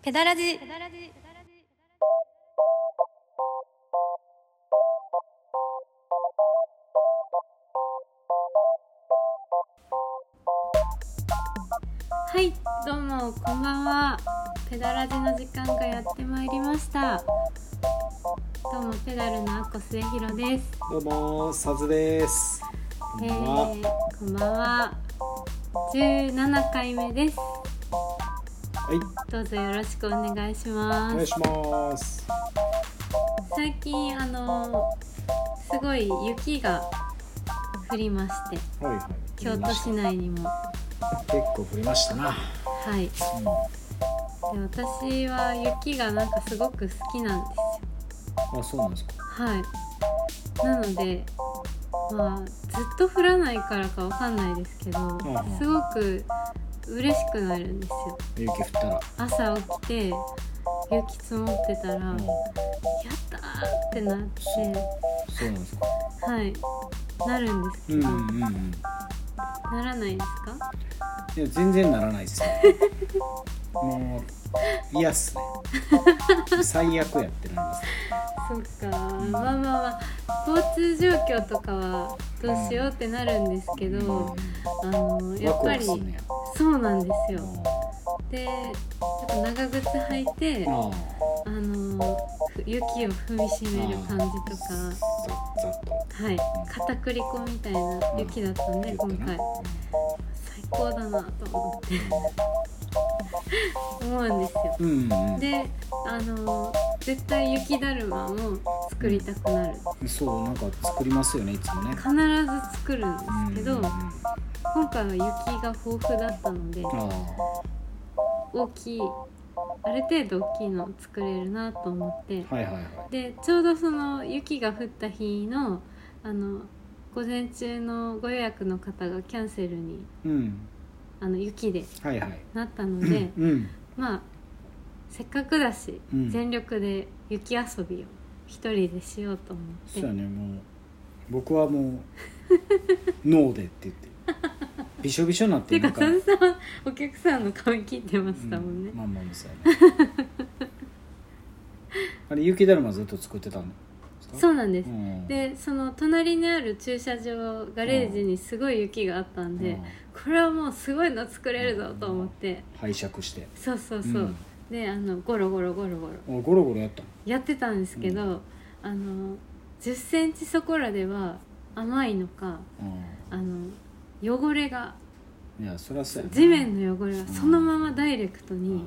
ペダラジはいどうもこんばんはペダラジの時間がやってまいりましたどうもペダルのあこ末広ですどうもサズです。こんえばんはー、こんばんは17回目ですはい、どうぞよろしくお願いしおま願いすします。最近あのすごい雪が降りましてはいはい。京都市内にも結構降りましたな。はいでうん、私は雪がなんかすごく好きなんですよあ、そうなんですか。はいなのでまあずっと降らないからかわかんないですけどんうんすごく嬉しくなるんですよ雪降ったら。朝起きて雪積もってたら「やうっん、た!」ってなってそうなんですか。はいなるんですうけんうど、んうんうん。ならないですかいや全然ならないです よ。もう嫌っすね。最悪やってなそっかまあまあまあ交通状況とかはどうしようってなるんですけります。ど、うあのんやっぱりワクワクすんねやそうなんですうよんでやっぱ長靴履いてああのふ雪を踏みしめる感じとあ。かざざっと。はい片栗粉みたいな雪だったんで言今った回な。最高だなと思って思うんですようんうんであの絶対雪だるまも作りたくなるうん。そうなんか作りますよねいつもね。必ず作るんですけど、うんうんうん今回は雪が豊富だったのであ大きいある程度大きいのを作れるなと思ってあはいはいはい。でちょうどその雪が降った日のあの午前中のご予約の方がキャンセルにうんあの雪ではいはい。なったのでうんまあせっかくだし、うん全力で雪遊びを一人でしようと思ってそうやねもう僕はもうノーでって言ってびしょびしょになっててるかかさら。んさんはお客さんの髪切ってまうしたもんね、まあまあそうやね。 あれ雪だるまずっと作ってたんですか。そううなんです、ん。でその隣にある駐車場ガレージにすごい雪があったんで、うんこれはもうすごいの作れるぞと思って、拝借して。そうそうそう、うんであのゴロゴロゴロゴロおゴロゴロやったの。やってたんですけど、うあの10センチそこらでは甘いのかあの汚れがうん。いやそりゃそうやね。地面の汚れがそのままダイレクトに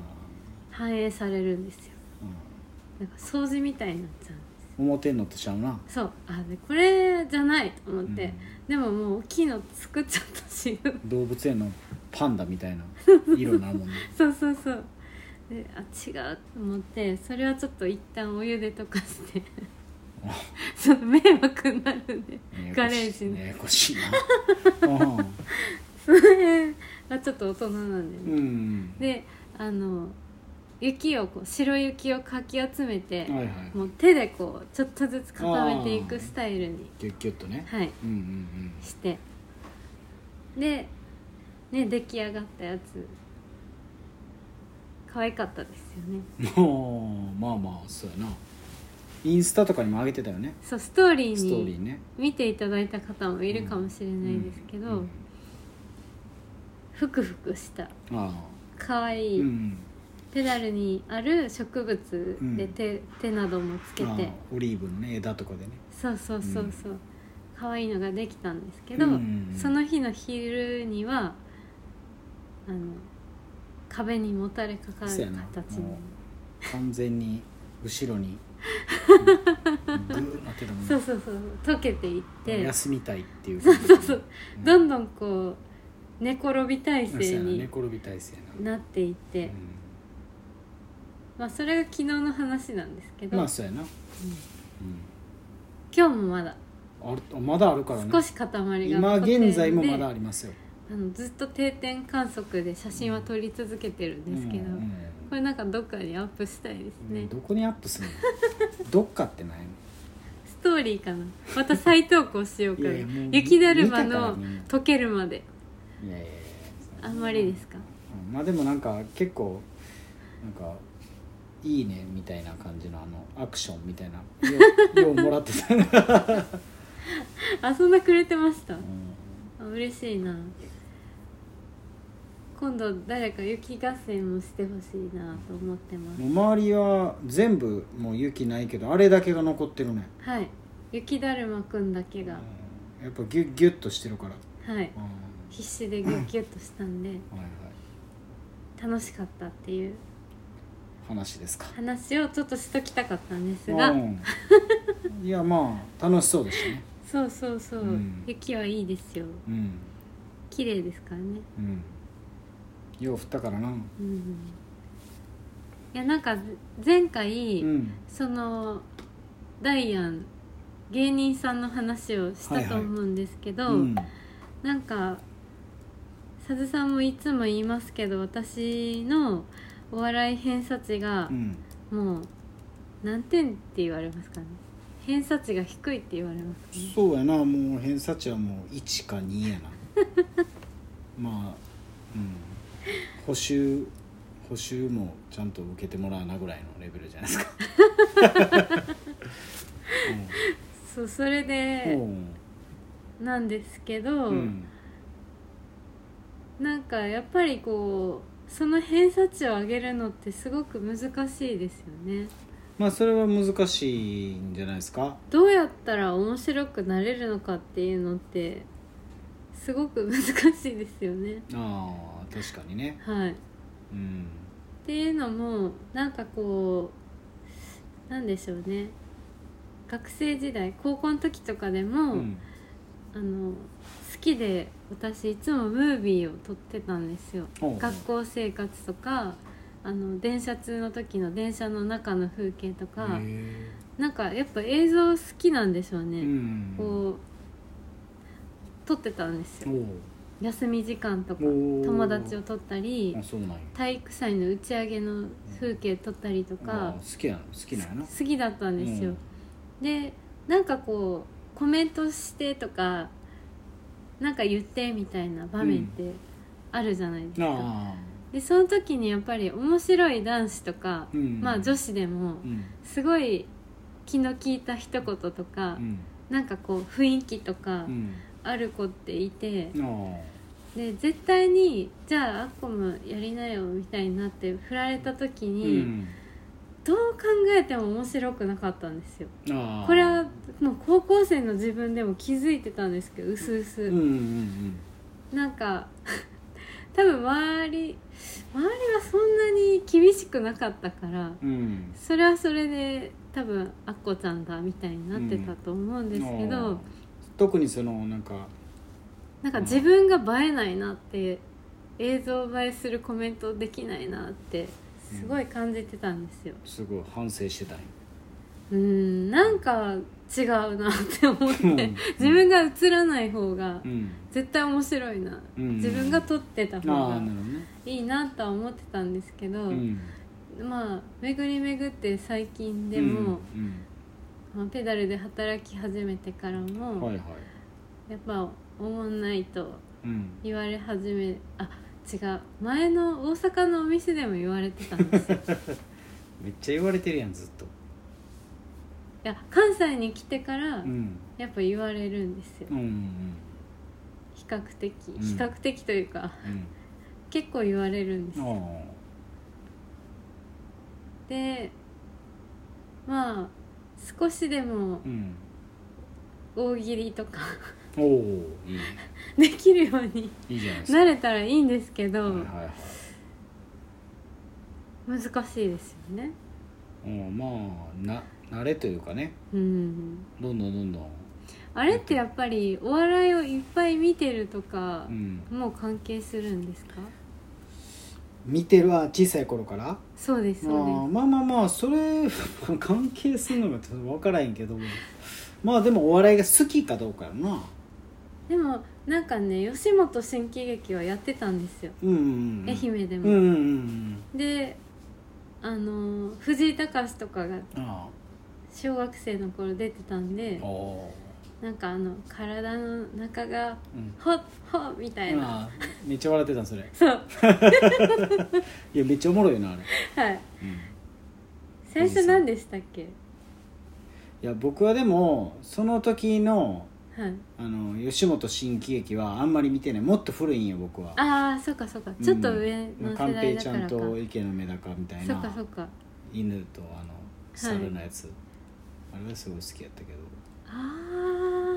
反映されるんですようん。なんか掃除みたいになっちゃう思ってんのとちゃうな。そうあでこれじゃないと思って、うんでももう大きいの作っちゃったし動物園のパンダみたいな色にな るもんね。そうそうそうであ違うと思ってそれはちょっと一旦お湯で溶かして ちょっと迷惑になるんでガレージのややこし いややこしいな。うんその辺がちょっと大人なんで、ねうん。であの雪をこう白雪をかき集めて、はいはい。もう手でこうちょっとずつ固めていくスタイルにギュッギュッとね。はいうんうんしてでね出来上がったやつ可愛かったですよねうん。もうまあまあそうやな。インスタとかにも上げてたよね。そうストーリーストーリにーね。見ていただいた方もいるかもしれないですけうんうどんふくふくしたあ可あ。愛ういん。ペダルにある植物でうん手,、手などもつけあてあオリーブのね枝とかでね。そうそうそうそう可愛いのができたんですけど、うんその日の昼にはあの壁にもたれかかるそうやな形にも完全に後 ろにうんグーなってたもんねそうそうそう溶けていって休みたいっていう。そうそうそううん。どんどんこう寝転び体そうや勢な寝に転び体勢やな。なっていって、うまあそれが昨日の話なんですけんど、まあそうやな。今日もまだうん。あるあまだあるからね。少し塊が今残ってるんで現在もまだありますよ。あのずっと定点観測で写真は撮り続けてるんですけど、うんうんこれなんかどっかにアップしたいですね、どこにアップするの どっかってないストーリーかなまた再投稿しようかないやいやもう雪だるま見たからのね溶けるまでのいやいやいやあんまりですかうんまあでもなんか結構なんかいいねみたいな感じのあのアクションみたいなようようもらって た、うん、あそんなくれてましたあ嬉しいな今度誰か雪合戦もしてほしいなと思ってますもう周りは全部もう雪ないけどあれだけが残ってるね、はい雪だるまくんだけが、うんやっぱギュッギュッとしてるから、はいうん必死でギュッギュッとしたんではいはい、楽しかったっていう話ですか話をちょっとしときたかったんですが、うん、いやまあ楽しそうでしたねそうそうそう、うん雪はいいですようん綺麗ですからねうんよう降ったからなうんいやなんか前回、うんそのダイアン芸人さんの話をしたと思うんですけど、うんなんかさずさんもいつも言いますけど私のお笑い偏差値がうんもう何点って言われますかね偏差値が低いって言われますかねそうやなもう偏差値はもう1か2やな まあうん補習補習もちゃんと受けてもらうなぐらいのレベルじゃないですか、そうそれうんでなんですけど、うんなんかやっぱりこうその偏差値を上げるのってすごく難しいですよねまあそれは難しいんじゃないですかどうやったら面白くなれるのかっていうのってすごく難しいですよねああ確かにねはいっうんていうのもなんかこうなんでしょうね学生時代高校の時とかでも、うんあの好きで私いつもムービーを撮ってたんですよほう学校生活とかあの電車通の時の電車の中の風景とか、へなんかやっぱ映像好きなんでしょうえね、うんこう撮ってたんですよおう休み時間とかおー友達を撮ったりあそうなんや体育祭の打ち上げの風景撮ったりとあかー好きなの好きなのな好きだったんですよ、でなんかこうコメントしてとかなんか言ってみたいな場面ってあるじゃないですうん、か、ああでその時にやっぱり面白い男子とか、うんまあ女子でもうんすごい気の利いた一言とか、うんなんかこう雰囲気とかうんある子っていて、ああで絶対にじゃああっこもやりなよみたいになって振られた時うに、んどう考えても面白くなかったんですよああこれはもう高校生の自分でも気づいてたんですけどうすううすんうんうんなんか 多分周り周りはそんなに厳しくなかったからうんそれはそれで多分あっこちゃんだみたいになってたと思うんですけど、ああ特にそのなんかなんか自分が映えないなって映像映えするコメントできないなってすごい感じてたんですよすごい反省してたんやうんなんか違うなって思ってうん 自分が映らない方がうん絶対面白いな、うん自分が撮ってたあ方あがなるほどねいいなとは思ってたんですけど、うんまあ巡り巡って最近でも、うんまあペダルで働き始めてからうんも、はいはいやっぱおもんないとうん言われ始めあ違う前の大阪のお店でも言われてたん ですよいめっちゃ言われてるやんずっとや関西に来てからうんやっぱ言われるんですようんうん比較的ん比較的というか、うん結構言われるんですあよあでまあ少しでもうん大喜利とか おおいいねできるようにいいじゃないですかなれたらいいんですけどはいはいはい難しいですよねうんまあな慣れというかねうんどんどんどんどんあれってやっぱりお笑いをいっぱい見てるとかうんもう関係するんですか見てるは小さい頃からそうですそうあーまあまあまあそれ 関係するのかちょっと分からへんけどまあでもお笑いが好きかどうかやなですでもなんかね吉本新喜劇はやってたんですよ、うんうんうん愛媛でうんうも、んうんであのー藤井隆とかがあ小学生の頃出てたんであおなんかあの体の中がうんホッホッみたいなあーめっちゃ笑ってたそれそういやめっちゃおもろいなあれ、はいうん最初何でしたっけいや僕はでもその時のはいあの吉本新喜劇はあんまり見てないもっと古いんよ僕はああそうかそうかちょっと上うんのまあ世寛代平だちかゃらんか、と池のメダカみたいそうかなそうか犬とあの猿のやつ、あれはすごい好きやったけど、あ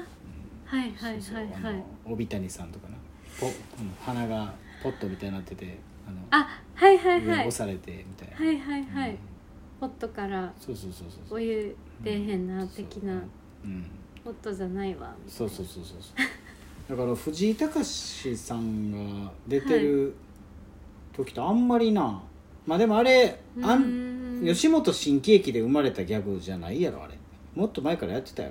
あはいはいそうそうはいあはいの帯谷さんとかなポあの鼻がポットみたいになっててあのあはいはい上はにい押されてみたいなはいはいはうんいポットからそうそうそうそうお湯出えへんな的なうんポットじゃないわみたいなそうそうそうそうそうだから藤井隆さんが出てる時とあんまりな、まあでもあれうあんーん吉本新喜劇で生まれたギャグじゃないやろあれもっと前からやってたよ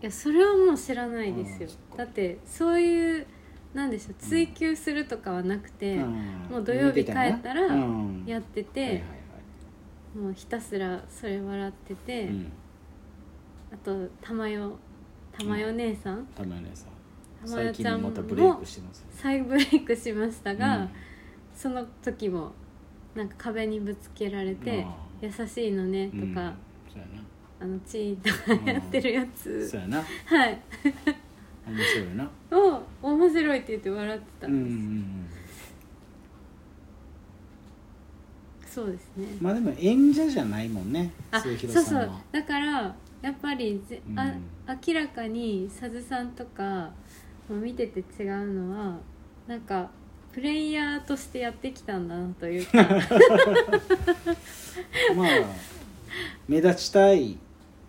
いやそれはもう知らないですよあーそっだかってそういうなんでしょう追求するとかはなくて、ももう土曜日帰ったらうんやってて、はいはいもうひたすらそれ笑ってて、はい、うん、あと玉代玉代姉さん、たまにさ玉代最ちゃ近んまたブレイもクしてます再ブレイクしましたが、うんその時もなんか壁にぶつけられてあ「優しいのね」とうんか、そうやあのチーンとかやってるやなつそうやなはい面白いなを面白いって言って笑ってたうんうんうんでんす、そうですね、まあでも演者じゃないもんねあそ末う広そさんうはだからやっぱりぜ、あう明らかにさずさんとかも見てて違うのはなんかプレイヤーとしてやってきたんだなという かまあ目立ちたい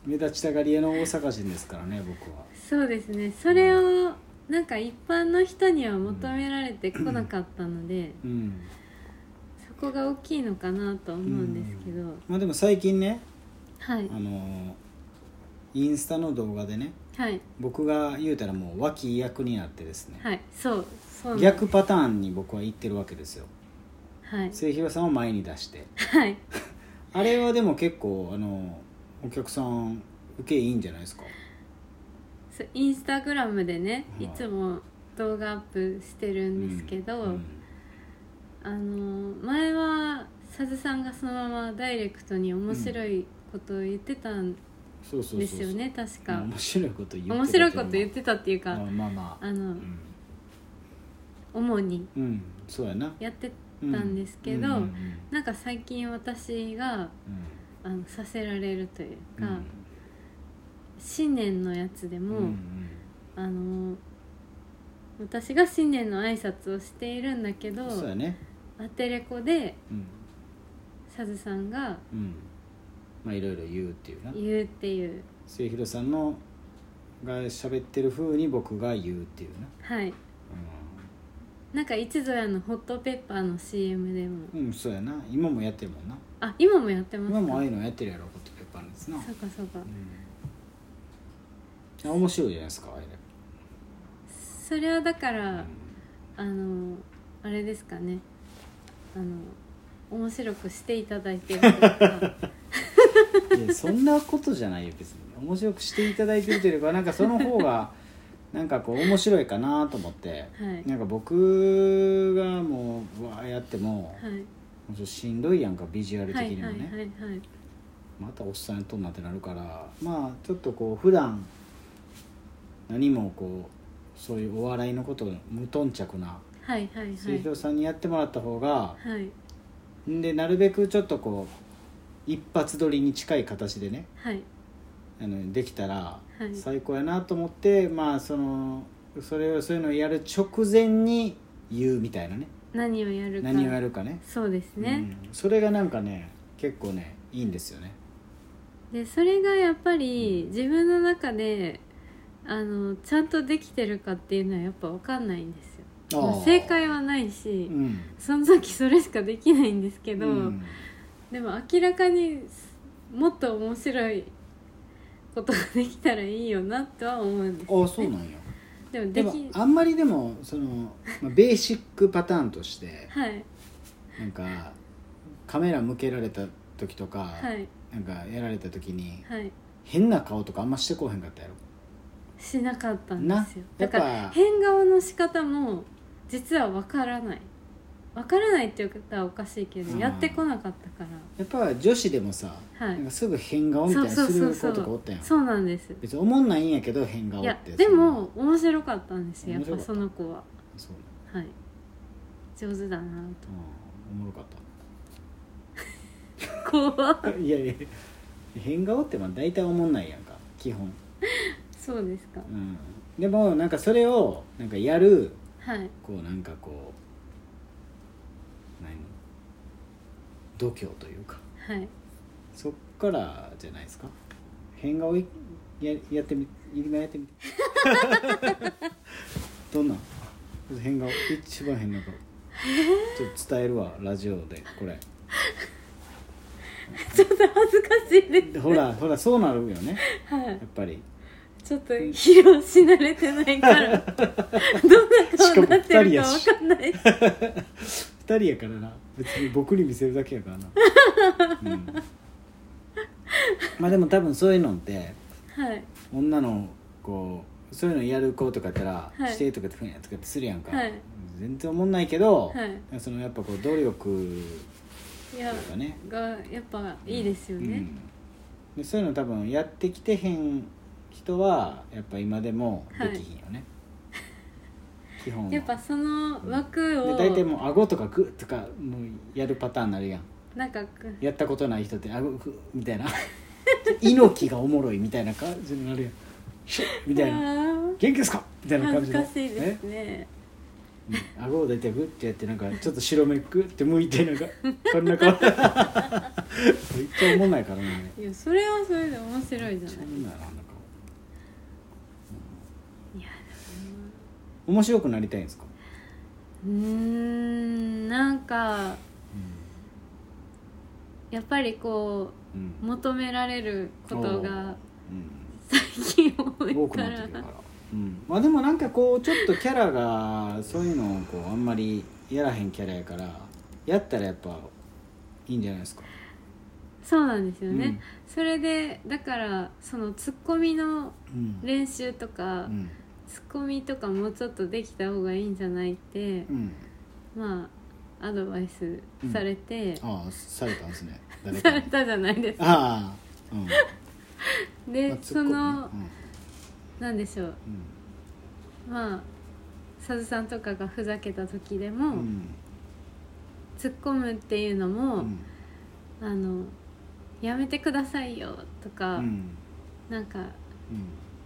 目立ちたがり屋の大阪人ですからね僕はそうですねそれをなんか一般の人には求められてこなかったので、うんそこが大きいのかなと思うんですけど、まあでも最近ねはいあのインスタの動画でねはい僕が言うたらもう脇役になってですね、はいそうそうなんです逆パターンに僕は言ってるわけですよはい末広さんを前に出してはいあれはでも結構あのお客さん受けいいんじゃないですかそうインスタグラムでね、はいい、つも動画アップしてるんですけど、うんうんあの前はさずさんがそのままダイレクトに面白いことを言ってたんそうそうそうそうですよね確か面白いこと言って面白いこと言っててたっていうまか、あまあまああの、うん、主にうん、そうやなやってなんですけどうんうんなんか最近私があのさせられるといううんうんか、新年のやつでも、うんうんあの私が新年の挨拶をしているんだけどそうやねアテレコでうんさずさんがうんまあいろいろ言うっていうな言うっていう末広さんのが喋ってる風に僕が言うっていうなはいなんか一ぞやのホットペッパーの CM でもうん、うん、そうやな今もやってるもんなあ今もやってますか今もああいうのやってるやろホットペッパーのやつなそうかそうかうん、あ面白いじゃないですかあれそれはだからうあのあれですかねあの面白くしていただいてるという かんいやそんなことじゃないよ別に面白くしていただいてるというかなんかその方 がなんかこう面白いかなと思って、はいなんか僕がもううわーやっても、はいもうちょっとしんどいやんかビジュアルは的いにはもいね、はいはいまたおっさんとんなってなるからまあちょっとこう普段何もこうそういうお笑いのこと無頓着なはいはいはい水道さんにやってもらった方が、はいんでなるべくちょっとこう一発撮りに近い形でねはいあのできたらはい最高やなと思って、まあそのそれをそういうのをやる直前に言うみたいなね何をやるか何をやるかねそうですね、うん、それがなんかね結構ねいいんですよねでそれがやっぱり自分の中であのちゃんとできてるかっていうのはやっぱ分かんないんですよまあ正解はないし、うんその時それしかできないんですけど、うんでも明らかにもっと面白いことができたらいいよなとは思うんですあそうなんやでもででもきあんまりでもその、まあ、ベーシックパターンとしてはいなんかカメラ向けられた時とか、はいなんかやられた時にはい変な顔とかあんましてこうへんかったやろしなかったんですよだなかやっらぱ変顔の仕方も実はわからない分からないっていうことはおかしいけど、うんやってこなかったからやっぱ女子でもさ、はいなんかすぐ変顔みたいそうにそうすそうそうる子とかおったやんそうなんです別におもんないんやけど変顔っいやてでも面白かったんですよやっ面ぱ白かったその子はそうねはい上手だなうんおもろかっと怖ったいやいや変顔ってまあ大体おもんないやんか基本、そうですかうん、でもなんかそれをなんかやるはいこうなんかこう何度胸というか はいそっからじゃないですか変顔いややってみ今やってみて どんなん変顔一番変な顔ちょっと伝えるわラジオでこれちょっと恥ずかしいですほらほらそうなるよねはやいっぱりちょっと披露し慣れてないからどん な顔になってるか分かんないです二人やからな別に僕に見せるだけやからな、うん、まあでも多分そういうのってはい女の子そういうのやる子とかやったらはい指定とかってふんやとかってするやんか、はい全然思んないけど、はそのやっぱこう努力いとやいうかねがやっぱいいですようね、んでそういうの多分やってきてへん人はやっぱ今でもできひんよね、基本はやっぱその枠でを大体もう顎とかグッとかもうやるパターンになるやんなんかくやったことない人って顎グッみたいな 猪木がおもろいみたいな感じになるやんシュッみたいなあー元気ですかみたいな感恥じずのかしいでねすねうん顎を大体グッてやってなんかちょっと白目グッて向いてなんか こんな顔めっちゃおもんないからなあれいやそれはそれで面白いめっじちゃゃなおいもんないなあんな顔いや面白くなりたいんですか、うーんなんかやっぱりこうんうんう求められること がう最近多ん、多いくかなっらてくるから、うんまあ、でもなんかこうちょっとキャラがそういうのをこうあんまりやらへんキャラやからやったらやっぱいいんじゃないですか、そうなんですよね、うんそれでだからそのツッコミのうん練習とか、うんツッコミとかもうちょっとできた方がいいんじゃないって、うん、まあアドバイスされて、ああされたんですね 誰さかれにたじゃないですかああうんで、まあツッそコミねのなんでしょううんまあさずさんとかがふざけた時でも、うんうん突っ込むっていうのうも、んあのやめてくださいよとか、うんなんかうん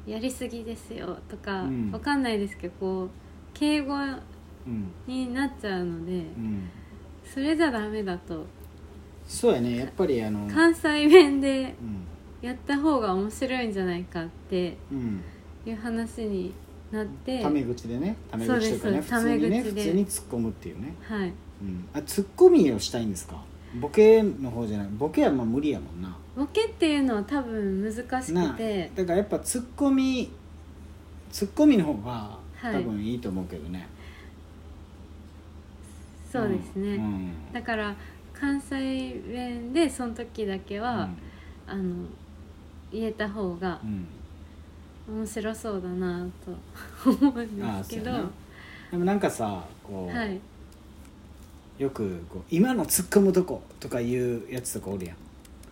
やりすぎですよとか、うんわかんないですけどこう敬語うんになっちゃうので、うんそれじゃダメだとそうやねやっぱりあの関西弁でうんやった方が面白いんじゃないかってうんいう話になってタメ口でねタメそう口ですとかね普そう通ですにタメね口普で通に突っ込むっていうね、はいうん、あ突っ込みをしたいんですかボケの方じゃないボケはまあ無理やもんなボケっていうのは多分難しなくてだからやっぱ突っ込み突っ込みの方がはい多分いいと思うけどね、そうですね、うんだから関西弁でその時だけうんは、あの言えた方がうん面白そうだなと 思うんああですそうけやどなでもなんかさこう、はいよくこう「今の突っ込むとこ」とかいうやつとかおるやん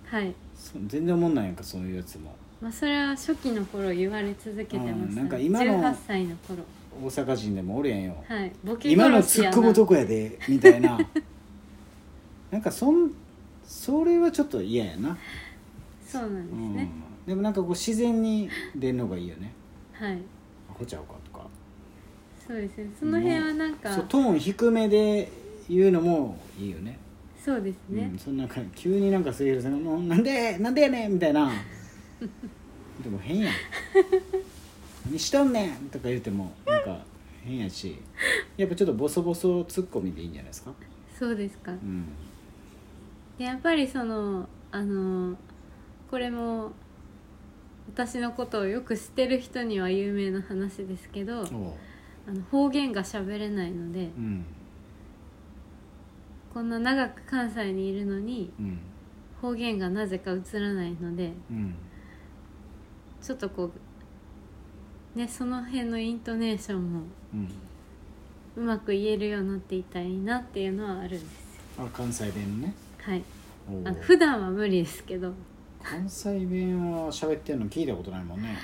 はいそう全然おもんないやんかそういうやつもまあそれは初期の頃言われ続けてました、ねうんなんか今の18歳の頃大阪人でもおるやんよ、はいボケ今の殺し突やっな込むとこやでみたいな なんかそんそれはちょっと嫌やなそうなんですね、うん、でもなんかこう自然に出んのがいいよねはい「アホちゃうか」とかそうですねその辺はなんか、そうトーン低めで言うのもいいよねそうですねうん、、そんなんか急になんか杉浦さんが「もうなんでなんでやねん」みたいな でも変やん「何しとんねん」とか言うてもなんか変やしやっぱちょっとボソボソツッコミでいいんじゃないですかそうですかうんでやっぱりそのあのこれも私のことをよく知ってる人には有名な話ですけどおうあの方言が喋れないのでうんこんな長く関西にいるのにうん方言がなぜか映らないのでうんちょっとこうねその辺のイントネーションもうんうまく言えるようになっていたらいいなっていうのはあるんですよあ関西弁ねはいおーあ普段は無理ですけど関西弁は喋ってるの聞いたことないもんね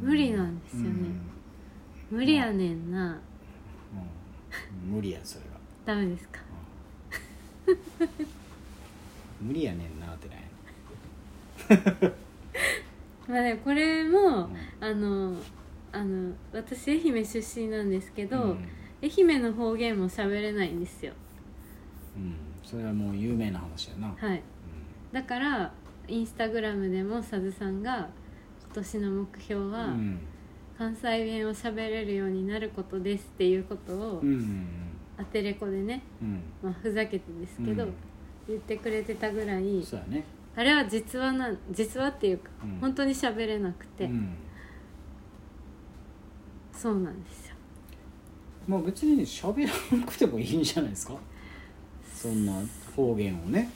無理なんですよね無理やねんなうんうん無理やそれはダメですか無理やねんなってないまあでもこれもあのあの私愛媛出身なんですけど、ん愛媛の方言も喋れないんですようん、それはもう有名な話やな、はいだからインスタグラムでもさずさんが今年の目標うは、ん関西弁を喋れるようになることですっていうことを、うんうんアテレコでね、うんまあ、ふざけてですけど、うん言ってくれてたぐらういんそうやねあれは実話なん実話っていうか、うん本当に喋れなくて、うん、そうなんですよまあ別に喋らなくてもいいんじゃないですかそんな方言をね、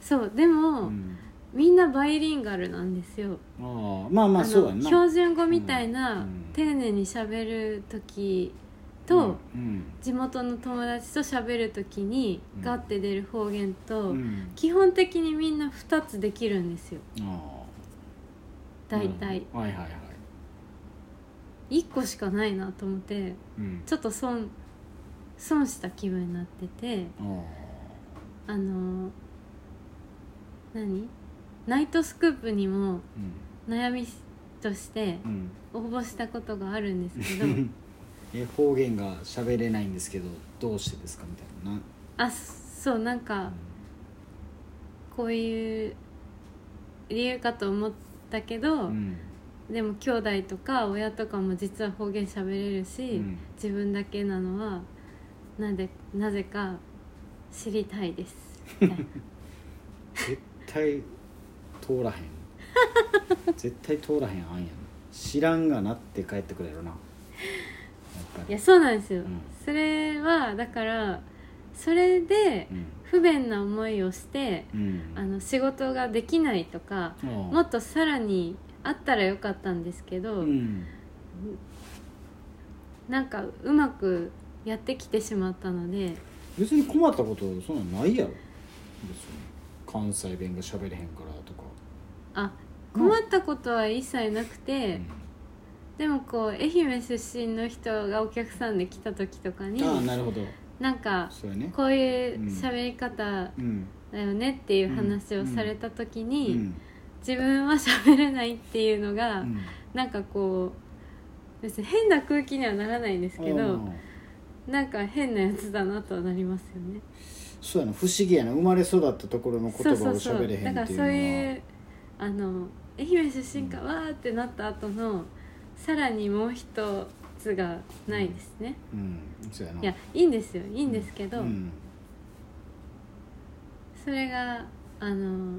そうでも、うん、みんなバイリンガルなんですよああまあまあのそうやな標準語みたいな、うん丁寧にしゃべる時と、うん地元の友達としゃべる時にうんガッて出る方言うと、ん、うん基本的にみんな2つできるんですよああ大体、うんはいはいはい、 1個しかないなと思ってうん、ちょっと損損した気分になっててあああのー何ナイトスクープにもうん悩みとしてうん応募したことがあるんですけど え方言が喋れないんですけどどうしてですかみたいなあそうなんかこういう理由かと思ったけど、うんでも兄弟とか親とかも実は方言喋れるし、うん自分だけなのはなぜなぜか知りたいですみ たいな絶対通らへん 絶対通らへんあんやん知らんがなって帰ってくれるなやっぱいりやそうなんですよ、うんそれはだからそれでうん不便な思いをしてうんあの仕事ができないとかああもっとさらにあったらよかったんですけど、うんなんかうまくやってきてしまったので別に困ったことそんなんないやろ別に関西弁が喋れへんからとか、あ困ったことは一切なくうて、んでもこう愛媛出身の人がお客さんで来た時とかにああなるほどなんかそうやねこういう喋り方うんだよねっていう話をされた時うに、ん自分は喋れないっていうのが、うんなんかこう別に変な空気にはならないんですけどああなんか変なやつだなとはなりますよねそうやな不思議やな生まれ育ったところの言葉そうをそうそう喋れへだんかっらてそういうのはいうあの愛媛出身かわーってなった後のさらにもう一つがないですね、うんそうやないやいいんですよいいんですけど、うんそれがあの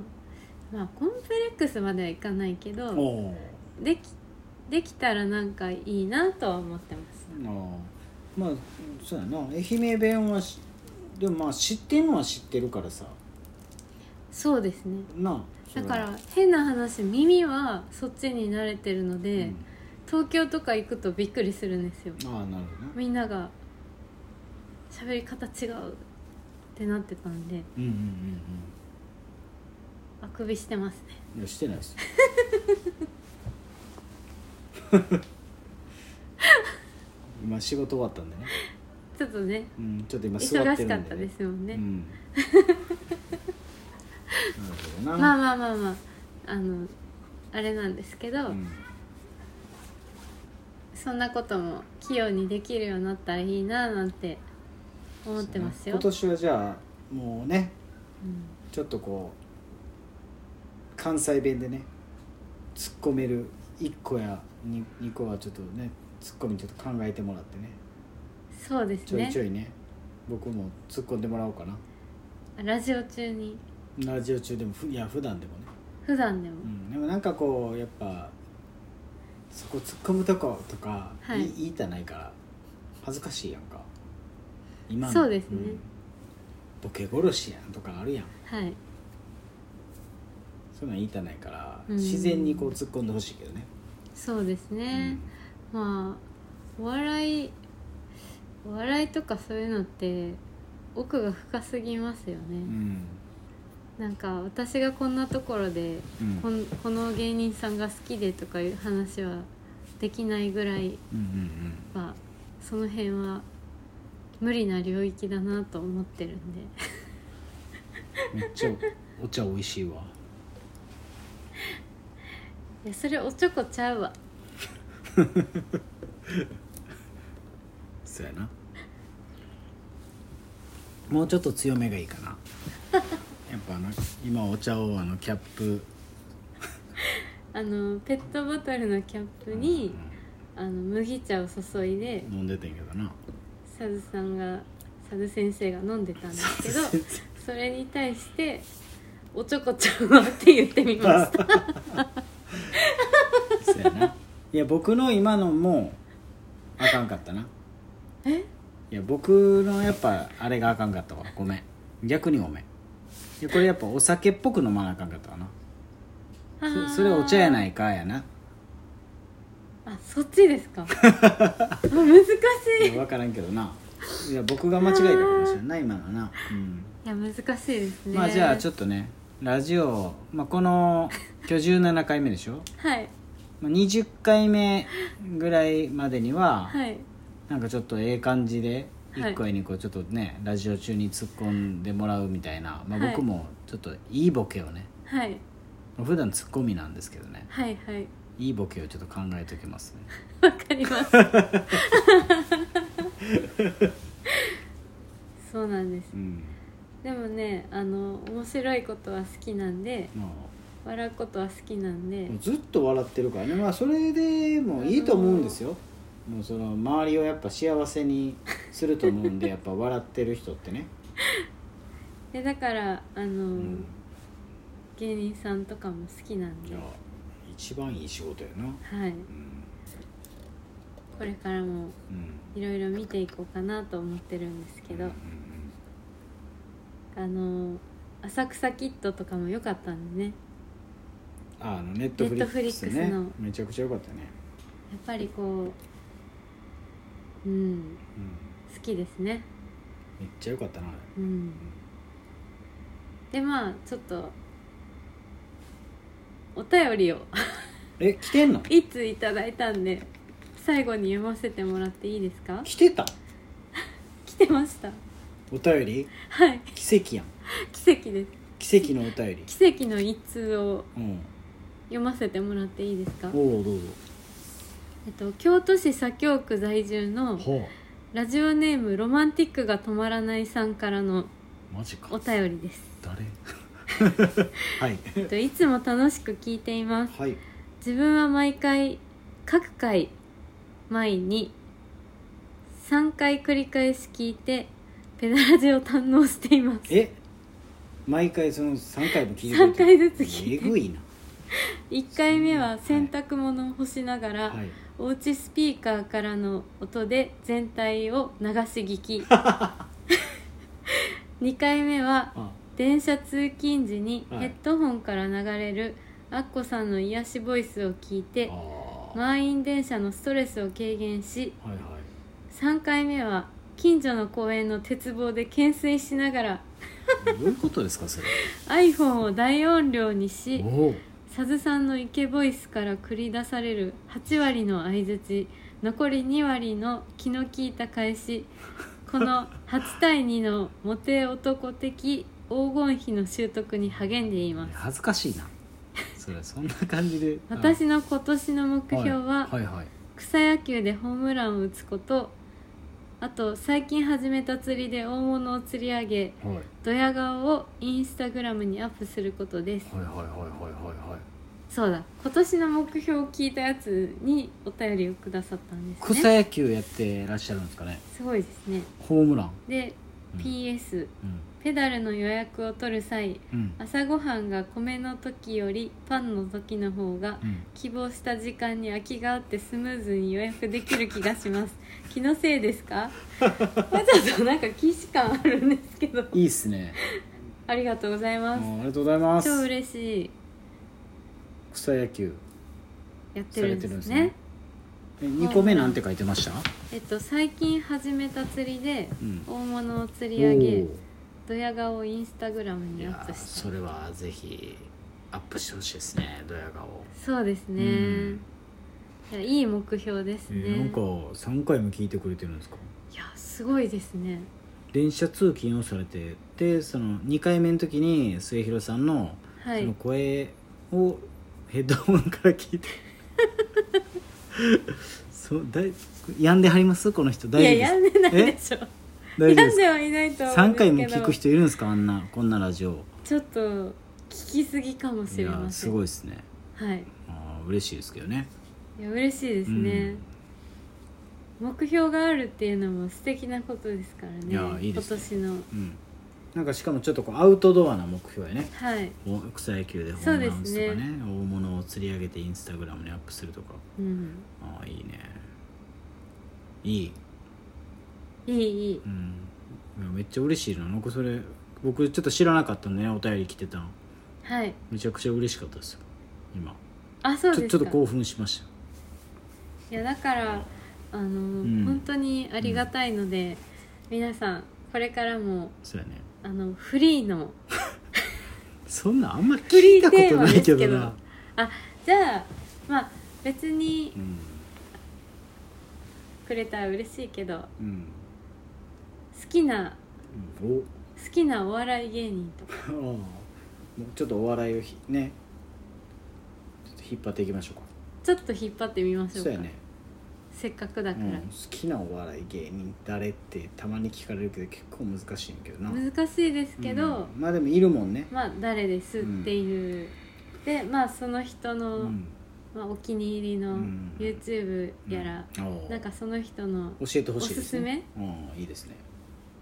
まあコンプレックスまではいかないけおどおできできたらなんかいいなとは思ってますああまあそうやな愛媛弁はしでもまあ知ってんのは知ってるからさそうですねなあそだれはから変な話耳はそっちに慣れてるのうで、ん東京とか行くとびっくりするんですよああなるほどねみんなが喋り方違うってなってたんでうんうんあくびしてますねうんうんいやしてないです 今仕事終わったんでね、ちょっとねうん、ちょっと今座忙ってしるかんっで、たね、ですもんね、うん、なるほどな、まあまあまあまああのあれなんですけど、うんそんなことも器用にできるようになったらいいななんて思ってますよ今年はじゃあもうねうんちょっとこう関西弁でね突っ込める1個や 2, 2個はちょっとね突っ込みちょっと考えてもらってねそうですちょいねちょいね僕も突っ込んでもらおうかなラジオ中にラジオ中でもふいや普段でもね、普段でも、うん、でもなんかこうやっぱそこ突っ込むとことか、はいい、言いたないから恥ずかしいやんか今のそうですねんボケ殺しやんとかあるやんはいそういうのは言いたないから、うん自然にこう突っ込んでほしいけどね、そうですね、まあお笑いお笑いとかそういうのって奥が深すぎますよね、うんなんか私がこんなところで、うんこんこの芸人さんが好きでとかいう話はできないぐらいうんうんはその辺は無理な領域だなと思ってるんで うんめっちゃお茶美味しいわいやそれおちょこちゃうわそうやなもうちょっと強めがいいか なやっぱあの今お茶をあのキャップあのペットボトルのキャップに、あの麦茶を注いで飲んでてんけどなサズさんがサズ先生が飲んでたんですけどサズ先それに対して「おちょこちゃうわ」って言ってみました そうやないや僕の今のもあかんかったなえいや僕のやっぱあれがあかんかったわごめん逆にごめんでこれやっぱお酒っぽく飲まなあかんかったわなそそれお茶やないいかやなあそっち ですかあ難しいい分からんけどないや僕が間違えたかもしれんない今のはな、うんや難しいですねまあじゃあちょっょっとねラジオ、まあ、この今日17回目でしょ、とはいまあ、20回目ぐらいまでには、はいなんかちょっとええ感じではい1個や2個ちょっとね、ラジオ中に突っ込んでもらうみたいな、まはいあ、僕もちょっといいボケをね、はい普段ツッコミなんですけどねはいはいいいボケをちょっと考えときますねわかりますそうなんですうんでもねあの面白いことは好きなんでまあ笑うことは好きなんで、ずっと笑ってるからねまあそれでもいいと思うんですよもうその周りをやっぱ幸せにすると思 うんでやっぱ笑ってる人ってね、でだからあの、うん、芸人さんとかも好きなんいでや一番いい仕事やなはいうん、これからもうん、いろいろ見ていこうかなと思ってるんですけど、うんあの浅草キッドとかも良かったんでねうんうんあのネットフリックスね Netflix のめちゃくちゃ良かったね、やっぱりこううんうん好きですねめっちゃ良かったなあれうんでまあちょっとお便りを え来てんのいついただいたんで最後に読ませてもらっていいですか来てた来てましたお便りはい奇跡やん奇跡で奇跡のお便りす奇跡の一通をうん読ませてもらっていいですかおおどうぞえっと、京都市左京区在住のほラジオネームロマンティックが止まらないさんからのうマジかお便りです、誰 はいえっと、いつも楽しく聞いていますはい自分は毎回各回前に3回繰り返し聞いてペダラジを堪能していますえ毎回その3回も聞いて3回ずつ聞えいてぐいな1回目は洗濯物を干しながら、はいおうちスピーカーからの音で全体を流し聞き2回目はあ電車通勤時にはいヘッドホンから流れるアッコさんの癒しボイスを聞いてあー満員電車のストレスを軽減しはいはい3回目は近所の公園の鉄棒で懸垂しながらどういうことですかそれ iPhone を大音量にしおおサズさんのイケボイスから繰り出される8割の相づち残り2割の気の利いた返しこの8対2のモテ男的黄金比の習得に励んでいます恥ずかしいなそれそんな感じで 私の今年の目標ははいはいはい草野球でホームランを打つことあと最近始めた釣りで大物を釣り上げはいドヤ顔をインスタグラムにアップすることですはいはいはいはいはいそうだ今年の目標を聞いたやつにお便りをくださったんです草ね野球やってらっしゃるんですかねすごいですねホームランで、うん PS うんペダルの予約を取る際うん朝ごはんが米の時よりパンの時の方がうん希望した時間に空きがあってスムーズに予約できる気がします 気のせいですかこれちょっとなんか既視感あるんですけどいいっすねありがとうございあますーありがとうござい超ます嬉しい草野球やってさるれんてでるんですすねねえ2個目なんて書いてましたえっと最近始めた釣りでうん大物を釣おり上げードヤ顔をインスタグラムいにアやッープしたそれはぜひアップしてほしいですねドヤ顔そうですね、うんいやいい目標ですえね、ーなんか3回も聞いてくれてるんですかいやすごいですね電車通勤をされてでその2回目の時に末広さんのはそいの声をヘッドホンから聞いて そうだい病んではりますこの人い大や丈や夫んですでないでしょ大丈夫やでんすかではいないとは思うんで3すけ回ども聞く人いるんですかあんなこんなラジオちょっと聞きすぎかもしいれやませすんごいですねはいあー嬉しいですけどねいや嬉しいですね、目標があるっていうのも素敵なことですからねいやいいですね今年のうん、うん、なんかしかもちょっとこうアウトドアな目標やねはい、お草野球でホームラン打つとそうかでねす大物を釣り上げてインスタグラムにアップするとかうん、ああいいねいいいいいいうんいやめっちゃ嬉しいななんかそれ僕ちょっと知らなかったのねお便り来てたのはいめちゃくちゃ嬉しかったですよ今あそうちょですかちょっと興奮しましたいやだからあの、ん本当にありがたいので、皆さんこれからもそうやねあのフリーのそんなんあんま聞いたことないけフリーテどーなマあじゃあまあ別にうんくれたら嬉しいけど好うんきなうんお好きなお笑い芸人とかああもうちょっとお笑いをひねちょっと引っ張っていきましょうかちょっと引っ張ってみましょうそかうやね、せっかくだうかん、ら好、きなお笑い芸人誰ってたまに聞かれるけど結構難しいんやけどな難しいですけど、うんまあでもいるもんねまあ誰ですっていう、でまあその人の、うんまあ、お気に入りのうん YouTube やら、うんおうなんかその人の教えてほしいおですねすすめうんいいですね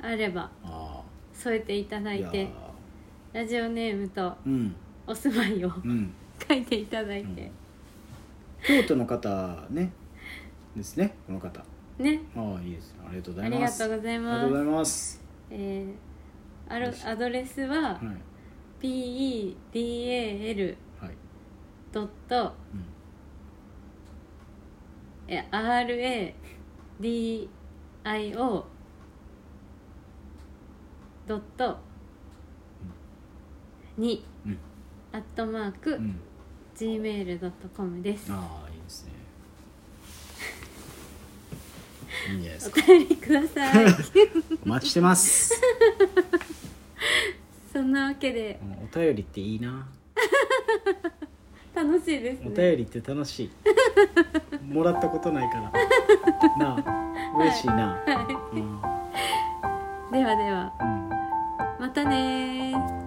あればあ添えていただあいやてーラジオネームとうんお住まいを うん書いていただいて、京都の方ねですねこの方あねあいいですねありがとうござあいりがますとうあございりがますとうございますえー、アロアドレスははい pedal. はいドットうんえ RADIO ドット2うんアットマークうん gmail.com ですああいいですねいいんじゃないですかお便りくださ いお待ちして ますそんなわけでうんお便りっていいな楽しいですねお便りって楽しいもらったことないから なあ嬉しいな、はうんいではではうんまたねー